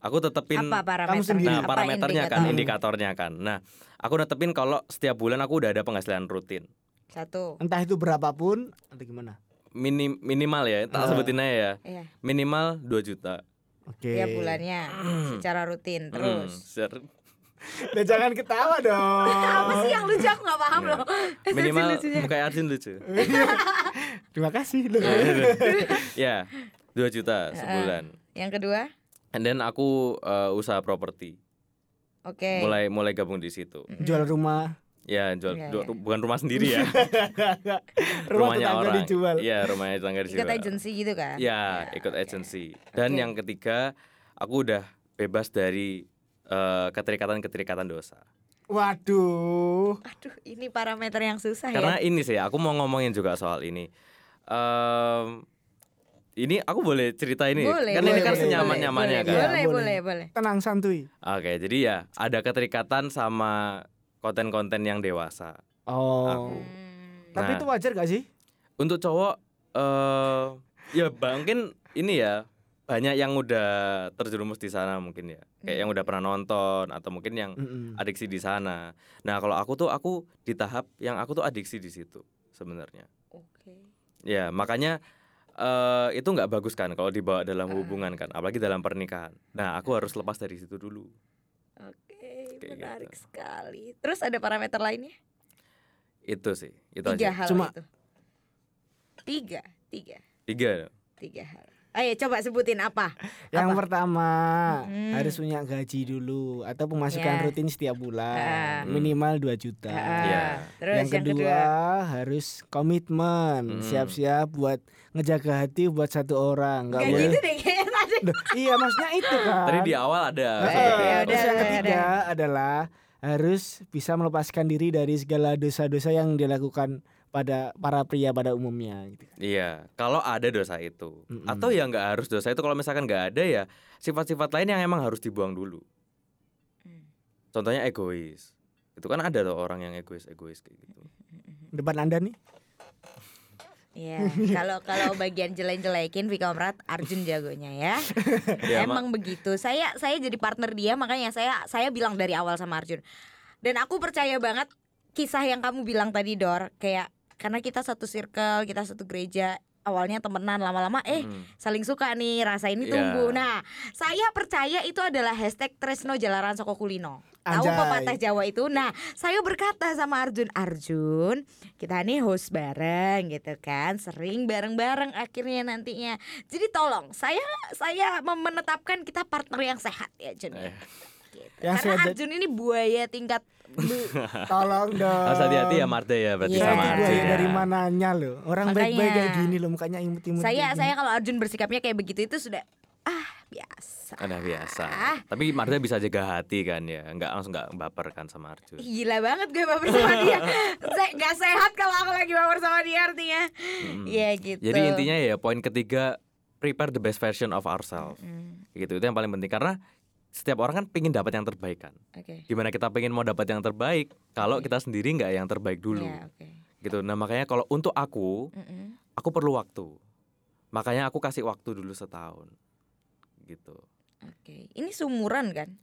Aku tetepin
apa parameter?
Kamu sendiri.
Nah,
Apa
parameternya kan,
indikator?
indikatornya kan. Nah, aku netepin kalau setiap bulan aku udah ada penghasilan rutin.
Satu.
Entah itu berapapun atau gimana?
Minim, minimal ya,
Ah.
tak sebutin aja ya.
Iya,
Minimal 2 juta.
Oke.
tiap bulannya secara rutin
Hmm,
terus.
ser-
Dan jangan
Apa
ketawa
sih
dong.
yang lucu aku gak paham
Iya.
loh.
minimal
Lucu-lucunya.
kayak Arjun lucu.
Terima kasih loh.
Iya. ya, 2
Eh,
juta sebulan.
Yang kedua,
And then aku eh, usaha properti.
oke.
Mulai mulai gabung di situ.
Mm-mm.
Jual rumah.
Ya, jual
Iya,
du-
iya.
bukan rumah sendiri ya.
rumah
rumahnya
tetangga
orang.
dijual.
Iya, rumahnya tetangga dijual.
Ikut agensi gitu kan?
Ya, ikut
oke.
agensi.
Oke.
Dan yang ketiga, aku udah bebas dari eh, keterikatan-keterikatan dosa.
Waduh.
Aduh, ini parameter yang susah
Karena
ya.
ini sih, aku mau ngomongin juga soal ini. Em, ini aku boleh cerita ini,
boleh,
kan
boleh,
ini kan
boleh,
senyaman-nyamannya
boleh, Boleh,
kan.
Iya,
boleh,
boleh.
boleh.
Tenang santuy.
Oke, jadi ya ada keterikatan sama konten-konten yang dewasa.
Oh.
Aku.
Hmm.
Tapi
Nah.
itu wajar gak sih?
Untuk cowok, eh ya mungkin ini ya banyak yang udah terjerumus di sana mungkin ya, kayak
Hmm.
yang udah pernah nonton atau mungkin yang
Mm-mm.
adiksi di sana. Nah, kalau aku tuh aku di tahap yang aku tuh adiksi di situ sebenarnya.
Oke.
Ya, makanya eh, itu nggak bagus kan kalau dibawa dalam
Ah.
hubungan kan, apalagi dalam pernikahan. Nah, aku harus lepas dari situ dulu.
Oke,
Kayak
menarik sekali. Terus ada parameter lainnya?
Itu sih, itu
Tiga
aja.
hal
Cuma-
itu. Tiga, tiga,
Tiga.
tiga hal. Ayo coba sebutin apa?
Yang
Apa?
pertama
Hmm.
harus punya gaji dulu atau pemasukan
Ya.
rutin setiap
Ah.
bulan minimal 2 juta.
Ah,
Iya.
Terus
yang, kedua, harus komitmen,
Hmm.
siap-siap buat ngejaga hati buat satu orang, nggak
Gak
Gaji
boleh.
gitu deh kayaknya tadi.
Duh, iya maksudnya itu kan.
Tadi di awal ada.
Nah,
Oke,
seperti
eh,
itu.
ya udah,
terus yang
udah,
ketiga adalah harus bisa melepaskan diri dari segala dosa-dosa yang dilakukan pada para pria pada umumnya. Gitu.
Iya, kalau ada dosa itu,
Mm-mm.
atau yang nggak harus dosa itu kalau misalkan nggak ada ya sifat-sifat lain yang emang harus dibuang dulu.
Hmm.
Contohnya egois. Itu kan ada tuh orang yang egois-egois kayak gitu.
Depan anda nih.
Iya, kalau kalau bagian jelek-jelekin Vika Omrat Arjun jagonya ya.
Ya, Ma.
Emang begitu. Saya saya jadi partner dia makanya saya saya bilang dari awal sama Arjun. Dan aku percaya banget kisah yang kamu bilang tadi Dor kayak karena kita satu circle, kita satu gereja, awalnya temenan lama-lama eh
Mm.
saling suka nih rasa ini
Iya.
tumbuh. Nah, saya percaya itu adalah hashtag Tresno Jalaran Soko Kulino. Tahu
Anjay.
pepatah Jawa itu. Nah, saya berkata sama Arjun, Arjun, kita nih host bareng gitu kan, sering bareng-bareng akhirnya nantinya. Jadi tolong, saya saya mem- menetapkan kita partner yang sehat ya, Jun. ya.
Eh.
Gitu.
Yang
Karena
Ya, sehat-
Arjun ini buaya tingkat blue.
Tolong dong.
Harus hati-hati ya Marte ya berarti
Iya.
sama
Itu
Arjun
buaya
Arjun ya.
dari mananya loh. Orang
Makanya.
baik-baik kayak gini loh mukanya imut-imut.
saya
kayak
saya kalau Arjun bersikapnya kayak begitu itu sudah ah biasa.
Udah biasa.
Ah.
Tapi Marta bisa jaga hati kan ya, nggak langsung nggak baper kan sama Arjun.
Gila banget gue baper sama dia. Se- gak sehat kalau aku lagi baper sama dia artinya.
Mm.
Iya gitu.
Jadi intinya ya poin ketiga prepare the best version of ourselves.
Mm,
Gitu itu yang paling penting karena setiap orang kan pingin dapat yang terbaik kan.
Oke.
Gimana kita pengen mau dapat yang terbaik kalau kita sendiri nggak yang terbaik dulu.
Ya, oke.
Gitu. Nah makanya kalau untuk aku,
Mm-mm.
aku perlu waktu. Makanya aku kasih waktu dulu setahun. Gitu.
Oke. Ini sumuran kan?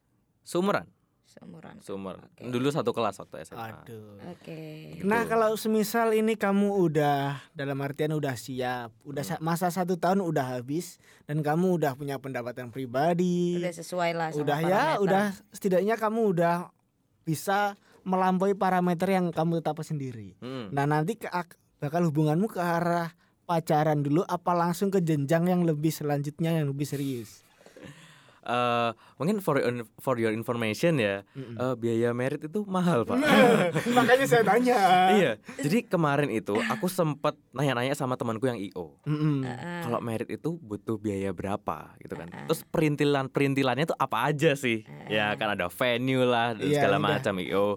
Sumuran,
Sumuran.
sumur.
Oke.
Dulu satu kelas waktu
gini.
SMA.
Aduh.
Oke.
Nah
Gitu.
kalau semisal ini kamu udah dalam artian udah siap, udah sa- masa satu tahun udah habis dan kamu udah punya pendapatan pribadi,
Udah sesuai lah sama
udah ya,
parameter.
udah setidaknya kamu udah bisa melampaui parameter yang kamu tetap sendiri.
Mm.
Nah nanti ke ak- bakal hubunganmu ke arah pacaran dulu, apa langsung ke jenjang yang lebih selanjutnya yang lebih serius?
Eh, mungkin for your, for your information ya,
Mm-mm.
eh, biaya merit itu mahal pak.
Nah. Makanya saya tanya.
iya. Jadi kemarin itu aku sempat nanya-nanya sama temanku yang IO.
Mm-mm.
Heeh.
Kalau merit itu butuh biaya berapa gitu kan. Terus perintilan perintilannya itu apa aja sih? Ya kan ada venue lah dan
Iya,
segala
udah.
macam IO.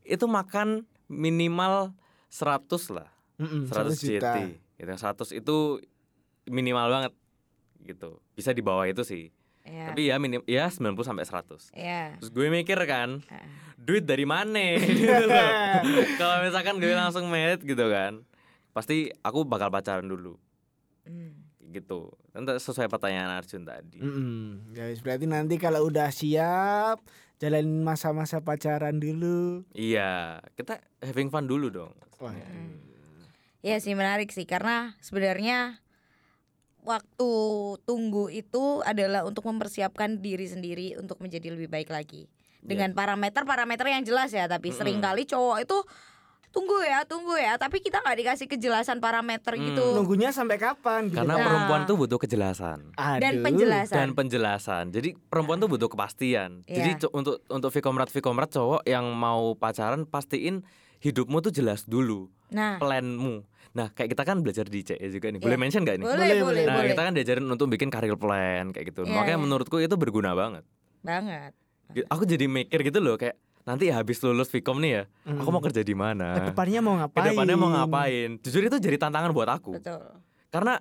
Itu makan minimal 100 lah.
Mm-mm, 100 Hmm,
100
juta.
JT. Gitu. 100 itu minimal banget gitu. Bisa di bawah itu sih.
Ya.
Tapi ya minim ya 90 sampai 100.
ya.
Terus gue mikir kan,
Heeh.
duit dari mana? Gitu loh. Kalau misalkan gue langsung merit gitu kan, pasti aku bakal pacaran dulu
Mm.
gitu. Nanti sesuai pertanyaan Arjun tadi.
Mm-mm. Ya, berarti nanti kalau udah siap, jalanin masa-masa pacaran dulu.
Iya, kita having fun dulu dong.
Wah.
Ya sih menarik sih karena sebenarnya waktu tunggu itu adalah untuk mempersiapkan diri sendiri untuk menjadi lebih baik lagi dengan parameter-parameter yang jelas ya tapi
Iya. Mm-mm.
seringkali cowok itu tunggu ya tunggu ya tapi kita nggak dikasih kejelasan parameter
Mm.
gitu
Nunggunya sampai kapan? gitu
Karena
kan?
Nah.
perempuan tuh butuh kejelasan
dan
Aduh.
penjelasan
dan penjelasan. Jadi perempuan tuh butuh kepastian. Jadi
Iya.
co- untuk untuk Vikomrat Vikomrat cowok yang mau pacaran pastiin hidupmu tuh jelas dulu,
nah
planmu. Nah, kayak kita kan belajar di CE juga nih. Boleh
Iya.
mention gak nih?
boleh
Boleh,
boleh
boleh.
Nah,
boleh
kita kan diajarin untuk bikin karir plan kayak gitu.
Iya,
Makanya
iya. Nah.
menurutku itu berguna banget.
banget
Gi- Aku jadi mikir gitu loh kayak nanti habis lulus Vkom nih ya, aku
Hmm.
mau kerja di mana?
Kedepannya mau ngapain?
Kedepannya mau ngapain? Jujur itu jadi tantangan buat aku.
betul
Karena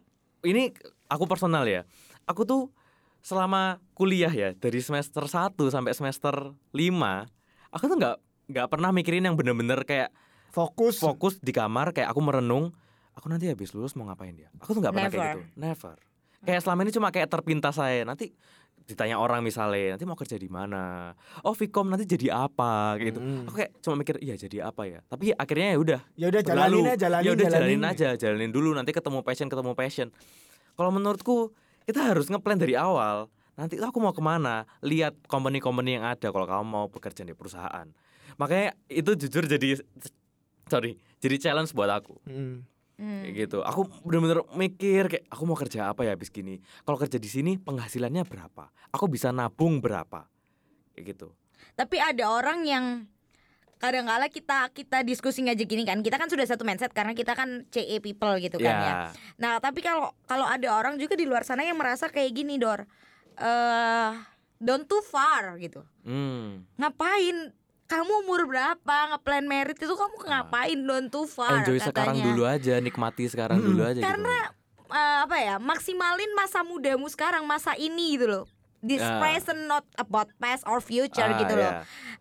ini aku personal ya. Aku tuh selama kuliah ya dari semester 1 sampai semester 5 aku tuh nggak nggak pernah mikirin yang bener-bener kayak
Fokus.
fokus di kamar kayak aku merenung aku nanti habis lulus mau ngapain dia aku tuh nggak pernah kayak
Never.
gitu never kayak selama ini cuma kayak terpintas saya nanti ditanya orang misalnya nanti mau kerja di mana oh Vicom nanti jadi apa kayak gitu
Mm.
aku kayak cuma mikir iya jadi apa ya tapi ya akhirnya ya udah
Ya udah
berlalu.
jalanin aja, jalanin,
ya udah jalanin aja jalanin dulu nanti ketemu passion ketemu passion kalau menurutku kita harus ngeplan dari awal nanti tuh aku mau kemana lihat company-company yang ada kalau kamu mau bekerja di perusahaan makanya itu jujur jadi sorry jadi challenge buat aku
Mm.
Hmm.
kayak gitu aku bener-bener mikir kayak aku mau kerja apa ya habis gini kalau kerja di sini penghasilannya berapa aku bisa nabung berapa kayak gitu
tapi ada orang yang kadang-kala kita kita diskusi aja gini kan kita kan sudah satu mindset karena kita kan CE people gitu kan ya
ya
Nah, tapi kalau kalau ada orang juga di luar sana yang merasa kayak gini, Dor. Eh, don't too far gitu.
Hmm.
Ngapain? Kamu umur berapa? Ngeplan merit itu kamu ngapain? Don't too far
Ah.
katanya.
enjoy
Hmm.
sekarang dulu aja nikmati sekarang
Mm-mm.
dulu aja gitu. Ah,
Karena Eh, apa ya? Maksimalin masa mudamu sekarang, masa ini gitu loh. This
Ah.
present not about past or
gitu.
future
Ah,
gitu
ya.
loh.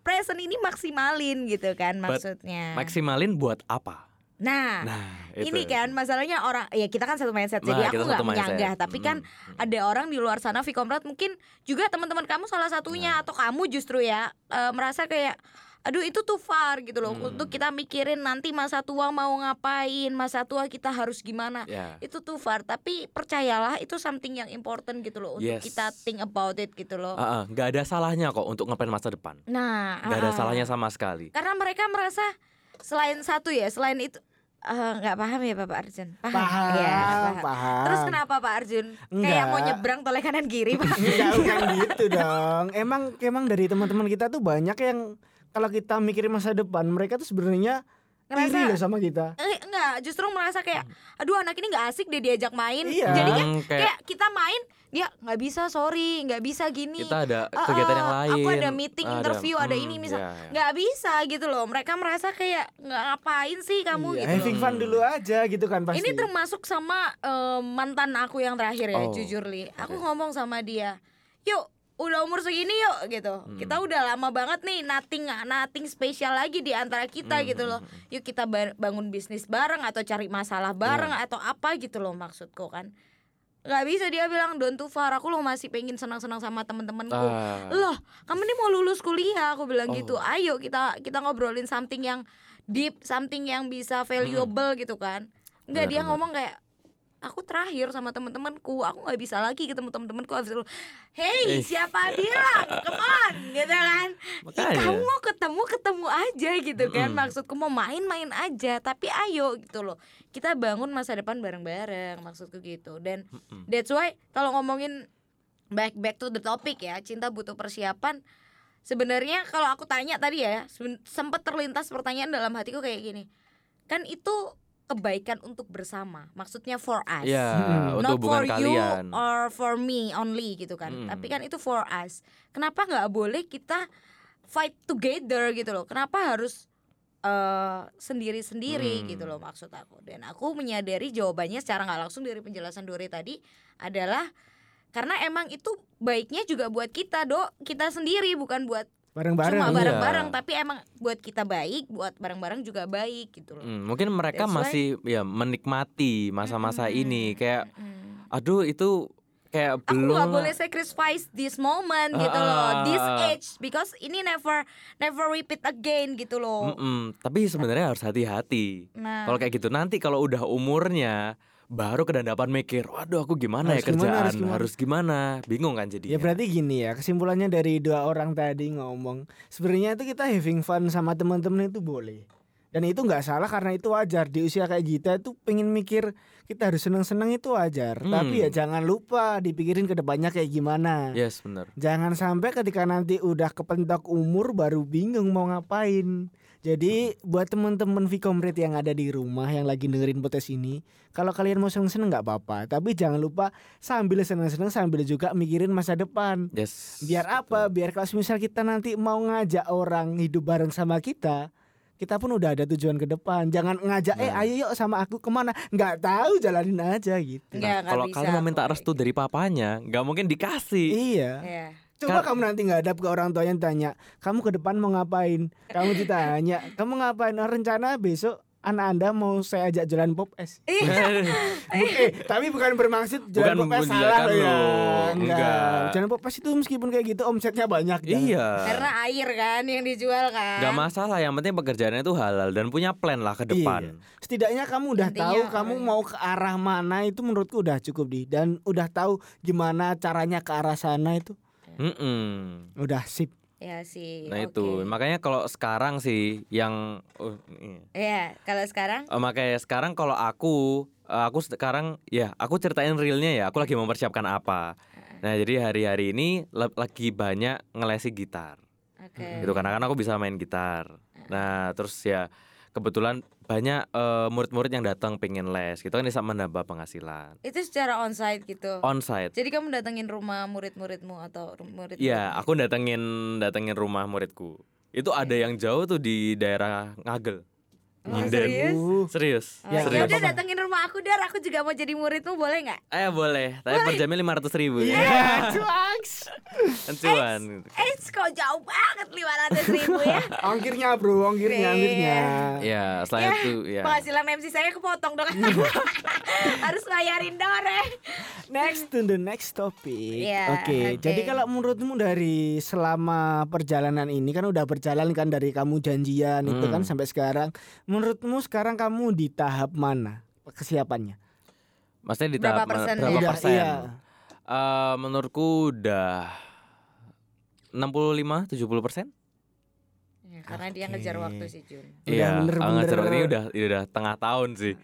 Present ini maksimalin gitu kan
But
maksudnya.
maksimalin buat apa
nah,
nah itu.
ini kan masalahnya orang ya kita kan satu mindset
Nah,
jadi aku nggak
kita satu Hmm, mindset.
menyanggah tapi kan
Mm-mm.
ada orang di luar sana
Nah.
Vikomrat mungkin juga teman-teman kamu salah satunya atau kamu justru ya eh, merasa kayak aduh itu tuh far gitu loh
Hmm.
untuk kita mikirin nanti masa tua mau ngapain masa tua kita harus gimana
Ya.
itu tuh far tapi percayalah itu something yang important gitu loh untuk
Yes.
kita think about it gitu loh
Ah, ah, nggak ada salahnya kok untuk ngeplan masa depan.
nah
Nggak ada
ah, ah.
salahnya sama sekali.
karena mereka merasa selain satu ya selain itu eh, nggak paham ya Bapak Arjun paham,
paham,
Iya,
paham,
paham. terus kenapa Pak Arjun kayak
Enggak.
mau nyebrang toleh kanan kiri Pak
Enggak bukan gitu dong. Emang emang dari teman-teman kita tuh banyak yang kalau kita mikirin masa depan, mereka tuh sebenarnya iri
Ngerasa-
loh sama kita.
Eh, enggak justru merasa kayak aduh anak ini nggak asik deh diajak main
Iya.
jadinya
Hmm, kayak,
kayak kita main dia nggak bisa sorry nggak bisa gini
kita ada
Eh,
kegiatan yang
eh,
lain.
aku ada meeting, interview, ada
hmm,
ini, misal.
ya, ya.
nggak bisa gitu loh mereka merasa kayak nggak ngapain sih kamu
Iya,
gitu loh.
Having fun dulu aja gitu kan pasti.
Ini termasuk sama eh, mantan aku yang terakhir ya,
Oh,
jujur li. Aku
oke.
ngomong sama dia, yuk udah umur segini yuk gitu. Kita
Hmm.
udah lama banget nih nothing nothing spesial lagi di antara
Hmm,
kita gitu loh. Yuk kita ba- bangun bisnis bareng atau cari masalah bareng
Iya.
atau apa gitu loh maksudku kan. Gak bisa dia bilang Don Tufar aku lo masih pengen senang-senang sama temen-temenku
Ah.
Loh kamu nih mau lulus kuliah Aku bilang
Oh.
gitu Ayo kita kita ngobrolin something yang deep Something yang bisa valuable gitu kan Enggak
Hmm. Benar,
dia
benar.
ngomong kayak Aku terakhir sama temen-temenku Aku gak bisa lagi ketemu temen-temenku Habis itu Hey
Eh.
siapa bilang Come on gitu kan Ih,
Makanya. hmm,
Kamu mau ketemu ketemu aja gitu kan
Mm-mm.
Maksudku mau main-main aja Tapi ayo gitu loh Kita bangun masa depan bareng-bareng Maksudku gitu Dan
Mm-mm.
That's why kalau ngomongin back back to the topic ya, cinta butuh persiapan. Sebenarnya kalau aku tanya tadi ya, seben- sempet terlintas pertanyaan dalam hatiku kayak gini. Kan itu kebaikan untuk bersama, maksudnya for us.
Ya,
Hmm.
untuk
Not
hubungan
for
kalian.
you or for me only gitu kan.
Mm.
Tapi kan itu for us. Kenapa nggak boleh kita fight together gitu loh? Kenapa harus eh, sendiri-sendiri
Mm.
gitu loh maksud aku. Dan aku menyadari jawabannya secara nggak langsung dari penjelasan Dori tadi adalah karena emang itu baiknya juga buat kita, Dok. Kita sendiri bukan buat
bareng-bareng.
cuma
Iya.
bareng-bareng tapi emang buat kita baik, buat bareng-bareng juga baik gitu loh.
Mm, mungkin mereka
That's why-
masih ya menikmati masa-masa
Mm-mm.
ini kayak
Mm-mm.
aduh itu kayak
aku
belum
nggak boleh sacrifice this moment gitu loh
Ah.
this age because ini never never repeat again gitu loh
Mm-mm. hmm, tapi sebenarnya harus hati-hati
nah
kalau kayak gitu nanti kalau udah umurnya baru kedandapan mikir waduh aku gimana ya
Harus gimana,
kerjaan
harus gimana?"
harus gimana bingung kan jadi
Ya berarti gini ya, kesimpulannya dari dua orang tadi ngomong, sebenarnya itu kita having fun sama teman-teman itu boleh. Dan itu nggak salah karena itu wajar di usia kayak kita itu pengen mikir kita harus seneng-seneng itu wajar.
Hmm.
Tapi ya jangan lupa dipikirin kedepannya kayak gimana.
yes bener
Jangan sampai ketika nanti udah kepentok umur baru bingung mau ngapain. Jadi buat teman-teman Vicomrade yang ada di rumah yang lagi dengerin podcast ini, kalau kalian mau seneng-seneng nggak apa-apa, tapi jangan lupa sambil seneng-seneng sambil juga mikirin masa depan.
yes
Biar apa? Biar kalau misal kita nanti mau ngajak orang hidup bareng sama kita, kita pun udah ada tujuan ke depan. Jangan ngajak, eh
Nah.
ayo yuk sama aku kemana? Nggak tahu, jalanin aja gitu.
Nggak,
Nah,
nggak
kalau
bisa
kalian mau minta
aku kayak
restu dari papanya nggak mungkin dikasih
Iya.
Iya.
Coba
Kar-
kamu nanti ngadap ke orang tuanya tanya, kamu ke depan mau ngapain? Kamu ditanya, kamu ngapain? Oh, rencana besok anak anda mau saya ajak jalan pop es. Eh, tapi bukan bermaksud jalan
Bukan
pop es
menggunakan
salah loh ya.
loh. Enggak.
Enggak. Jalan pop es itu meskipun kayak gitu omsetnya banyak. Jan.
iya
karena air kan yang dijual kan
nggak masalah yang penting pekerjaannya itu halal dan punya plan lah ke
Iya.
depan
Setidaknya kamu udah
Intinya
tahu
orang-
kamu mau ke arah mana itu menurutku udah cukup di dan udah tahu gimana caranya ke arah sana itu
Mm-mm.
udah sip.
ya sih
Nah
oke.
itu makanya kalau sekarang sih yang oh, ini.
Iya, kalau sekarang
Eh, makanya sekarang kalau aku eh, aku sekarang ya aku ceritain realnya ya aku lagi mempersiapkan apa. Nah jadi hari-hari ini le- lagi banyak ngelesi gitar
oke
gitu karena kan aku bisa main gitar. Nah terus ya kebetulan banyak eh, murid-murid yang datang pengen les gitu kan bisa menambah penghasilan
itu secara onsite gitu
onsite.
jadi kamu datengin rumah murid-muridmu atau ru- murid
Iya aku datengin datengin rumah muridku. Itu ada yang jauh tuh di daerah Ngagel.
Wah,
Nyinden.
Oh, serius?
Uh,
Serius.
Ya,
ya
serius.
udah
apa-apa.
datengin rumah aku dar, aku juga mau jadi muridmu boleh nggak?
Eh boleh, tapi per jamnya lima ratus ribu.
Iya, cuaks.
Encuan.
Eh, kok jauh banget 500 ribu ya?
Ongkirnya bro, ongkirnya, ongkirnya.
Ya, selain itu ya.
Penghasilan MC saya kepotong dong. Harus bayarin dore.
Next to the next topic.
Iya,
Oke,
oke.
jadi kalau menurutmu dari selama perjalanan ini kan udah berjalan kan dari kamu janjian itu
Hmm.
kan sampai sekarang, menurutmu sekarang kamu di tahap mana kesiapannya?
Maksudnya di
Berapa
tahap mana-
persen
berapa
ya?
persen?
Iya.
Eh, menurutku udah 65 70 persen.
Ya, karena dia
Oke.
ngejar waktu sih Jun.
Udah
Iya,
bener-bener-
ini udah ini udah tengah tahun sih.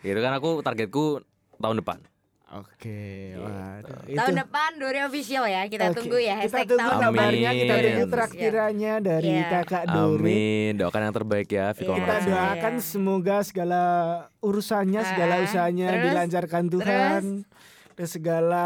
Itu kan aku targetku tahun depan.
Oke,
Gitu.
waduh.
Tahun
Itu-
depan Dore official ya, kita
Oke,
tunggu ya
Kita
hashtag
tunggu
tahun
Amin.
depan.
kabarnya, kita tunggu
Iya.
traktirannya dari
Iya.
kakak Dori.
Amin, doakan yang terbaik ya Viko
Iya.
Kita
Amin.
Amaratsuma.
doakan
Iya.
semoga segala urusannya, segala
Ah,
usahanya
terus?
dilancarkan Tuhan. Dan segala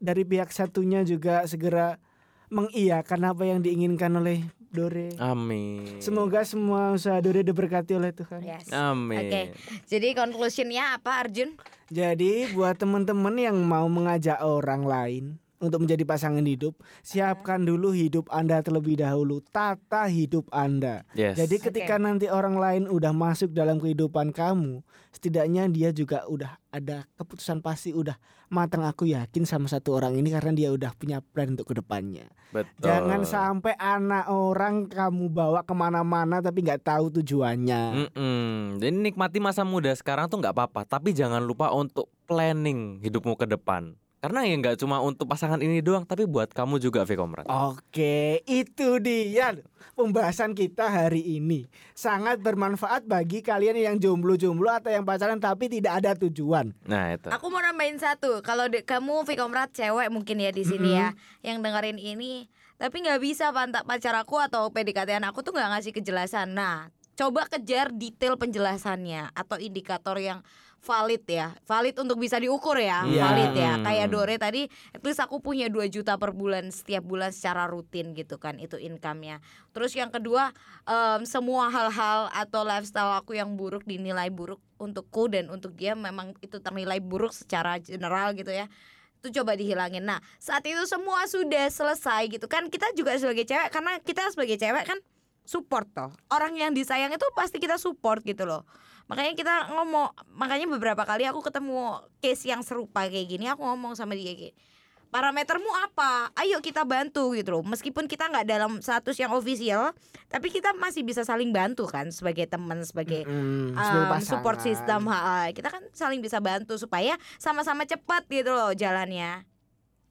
dari pihak satunya juga segera mengiyakan apa yang diinginkan oleh Dore.
Amin.
Semoga semua usaha Dore diberkati oleh Tuhan.
Yes.
Amin.
Oke. Jadi conclusionnya apa Arjun?
Jadi buat teman-teman yang mau mengajak orang lain untuk menjadi pasangan hidup, siapkan dulu hidup Anda terlebih dahulu, tata hidup Anda.
Yes.
Jadi ketika
Oke.
nanti orang lain udah masuk dalam kehidupan kamu, setidaknya dia juga udah ada keputusan pasti udah matang aku yakin sama satu orang ini karena dia udah punya plan untuk kedepannya.
Betul.
Jangan sampai anak orang kamu bawa kemana-mana tapi nggak tahu
Hmm.
tujuannya.
Mm-mm. Jadi nikmati masa muda sekarang tuh nggak apa-apa, tapi jangan lupa untuk planning hidupmu ke depan. Karena ya nggak cuma untuk pasangan ini doang, tapi buat kamu juga Vikomrat.
Oh. Oke, itu dia pembahasan kita hari ini. Sangat bermanfaat bagi kalian yang jomblo-jomblo atau yang pacaran tapi tidak ada tujuan.
Nah itu.
Aku mau nambahin satu. Kalau de- kamu Vikomrat cewek mungkin ya di sini ya yang dengerin ini, tapi nggak bisa pantak pacar aku atau PDKT-an aku tuh nggak ngasih kejelasan. Nah, coba kejar detail penjelasannya atau indikator yang valid ya. Valid untuk bisa diukur ya,
Iya.
valid ya. Kayak
Hmm.
Dore tadi at least aku punya 2 juta per bulan setiap bulan secara rutin gitu kan itu income-nya. Terus yang kedua, em, semua hal-hal atau lifestyle aku yang buruk dinilai buruk untukku dan untuk dia memang itu ternilai buruk secara general gitu ya itu coba dihilangin. Nah saat itu semua sudah selesai gitu kan kita juga sebagai cewek karena kita sebagai cewek kan support toh orang yang disayang itu pasti kita support gitu loh. Makanya kita ngomong makanya beberapa kali aku ketemu case yang serupa kayak gini aku ngomong sama dia kayak parametermu apa? Ayo kita bantu gitu loh. Meskipun kita nggak dalam status yang official, tapi kita masih bisa saling bantu kan sebagai teman, sebagai
Mm,
um, support system. Ha, Kita kan saling bisa bantu supaya sama-sama cepat gitu loh jalannya.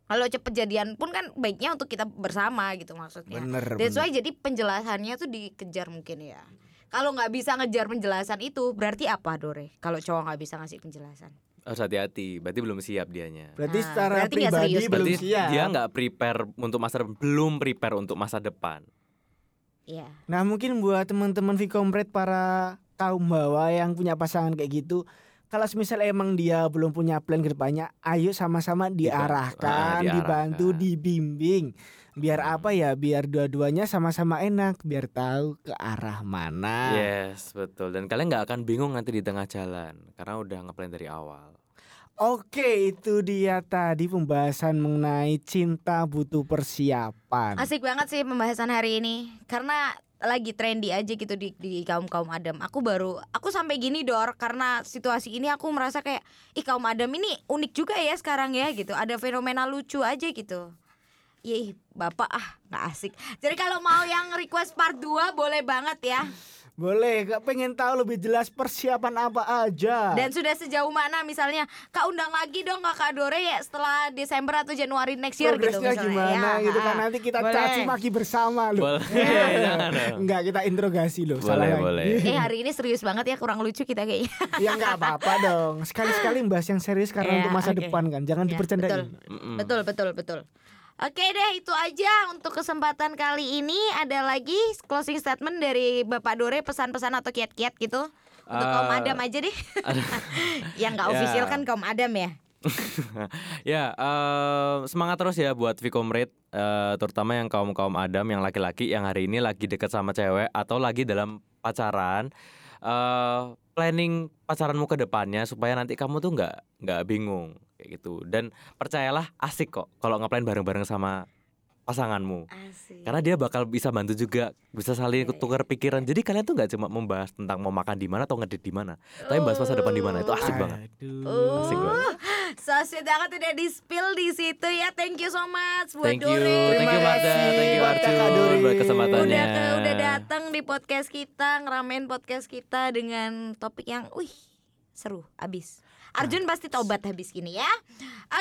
Kalau cepet jadian pun kan baiknya untuk kita bersama gitu maksudnya.
Bener.
That's
bener.
why jadi penjelasannya tuh dikejar mungkin ya. Kalau nggak bisa ngejar penjelasan itu berarti apa Dore? Kalau cowok nggak bisa ngasih penjelasan.
Harus hati-hati, berarti belum siap dianya.
Ah, Berarti
Nah,
secara
berarti nggak
pribadi
serius.
belum
Berarti
siap.
dia nggak prepare untuk masa depan, belum prepare untuk masa depan.
Iya.
Nah mungkin buat teman-teman Vikompret para kaum bawa yang punya pasangan kayak gitu kalau misal emang dia belum punya plan ke depannya, ayo sama-sama
Ah,
diarahkan,
diarahkan.
dibantu, dibimbing. Biar
Hmm.
apa ya? Biar dua-duanya sama-sama enak, biar tahu ke arah mana.
Yes, betul. Dan kalian nggak akan bingung nanti di tengah jalan karena udah ngeplan dari awal.
Oke, itu dia tadi pembahasan mengenai cinta butuh persiapan.
Asik banget sih pembahasan hari ini karena lagi trendy aja gitu di, di kaum kaum Adam. Aku baru aku sampai gini dor karena situasi ini aku merasa kayak ih kaum Adam ini unik juga ya sekarang ya gitu. Ada fenomena lucu aja gitu. Ih, bapak ah nggak asik. Jadi kalau mau yang request part 2 boleh banget ya.
Boleh, gak pengen tahu lebih jelas persiapan apa aja?
Dan sudah sejauh mana misalnya Kak undang lagi dong Kakak Dore ya setelah Desember atau Januari next year gitu
progresnya
misalnya.
gimana
Ya,
gitu kan
ha-ha.
nanti kita
Boleh.
caci maki bersama loh. Ya.
Boleh, jangan dong.
Enggak kita interogasi loh salah
Boleh,
lagi.
boleh.
Eh hari ini serius banget ya kurang lucu kita kayaknya.
ya enggak apa-apa dong. Sekali-sekali bahas yang serius
Iya,
karena untuk masa
oke.
depan kan. Jangan
Ya,
dipercandain.
betul.
Mm-mm.
Betul, betul, betul. Oke deh, itu aja untuk kesempatan kali ini. Ada lagi closing statement dari Bapak Dore pesan-pesan atau kiat-kiat gitu untuk kaum
Eh,
Adam aja deh. Yang nggak official
Ya.
kan kaum Adam ya.
ya, eh, semangat terus ya buat Vikomrit, eh, terutama yang kaum kaum Adam, yang laki-laki, yang hari ini lagi deket sama cewek atau lagi dalam pacaran. eh, planning pacaranmu ke depannya supaya nanti kamu tuh nggak nggak bingung kayak gitu. Dan percayalah asik kok kalau ngeplan bareng-bareng sama pasanganmu.
Asik.
Karena dia bakal bisa bantu juga, bisa saling tukar pikiran. Jadi kalian tuh nggak cuma membahas tentang mau makan di mana atau ngedit di mana, tapi bahas masa depan di mana itu asik banget.
Aduh.
Asik banget.
Uh, so sweet banget udah di spill di situ ya. Thank you so much buat
Thank you,
Dore.
thank you
Terima
Warda, thank you
kasih buat Kakak
Arjun
Dori.
buat
Udah
kesempatannya.
ke, udah datang di podcast kita, ngeramein podcast kita dengan topik yang wih, seru abis. Arjun pasti tobat habis gini ya.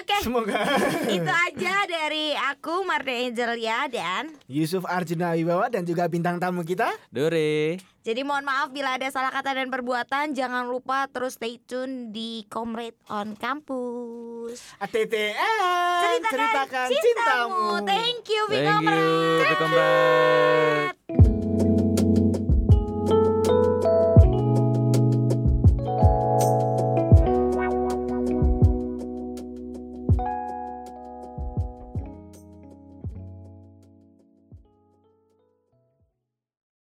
Oke,
Semoga
itu aja dari aku Marta Angel ya dan
Yusuf Arjuna Wibawa dan juga bintang tamu kita
Dore.
Jadi mohon maaf bila ada salah kata dan perbuatan Jangan lupa terus stay tune di Comrade on Campus
TTN
Ceritakan, cintamu. Thank you Viko
Thank you,
Comrade.
Viko Comrade.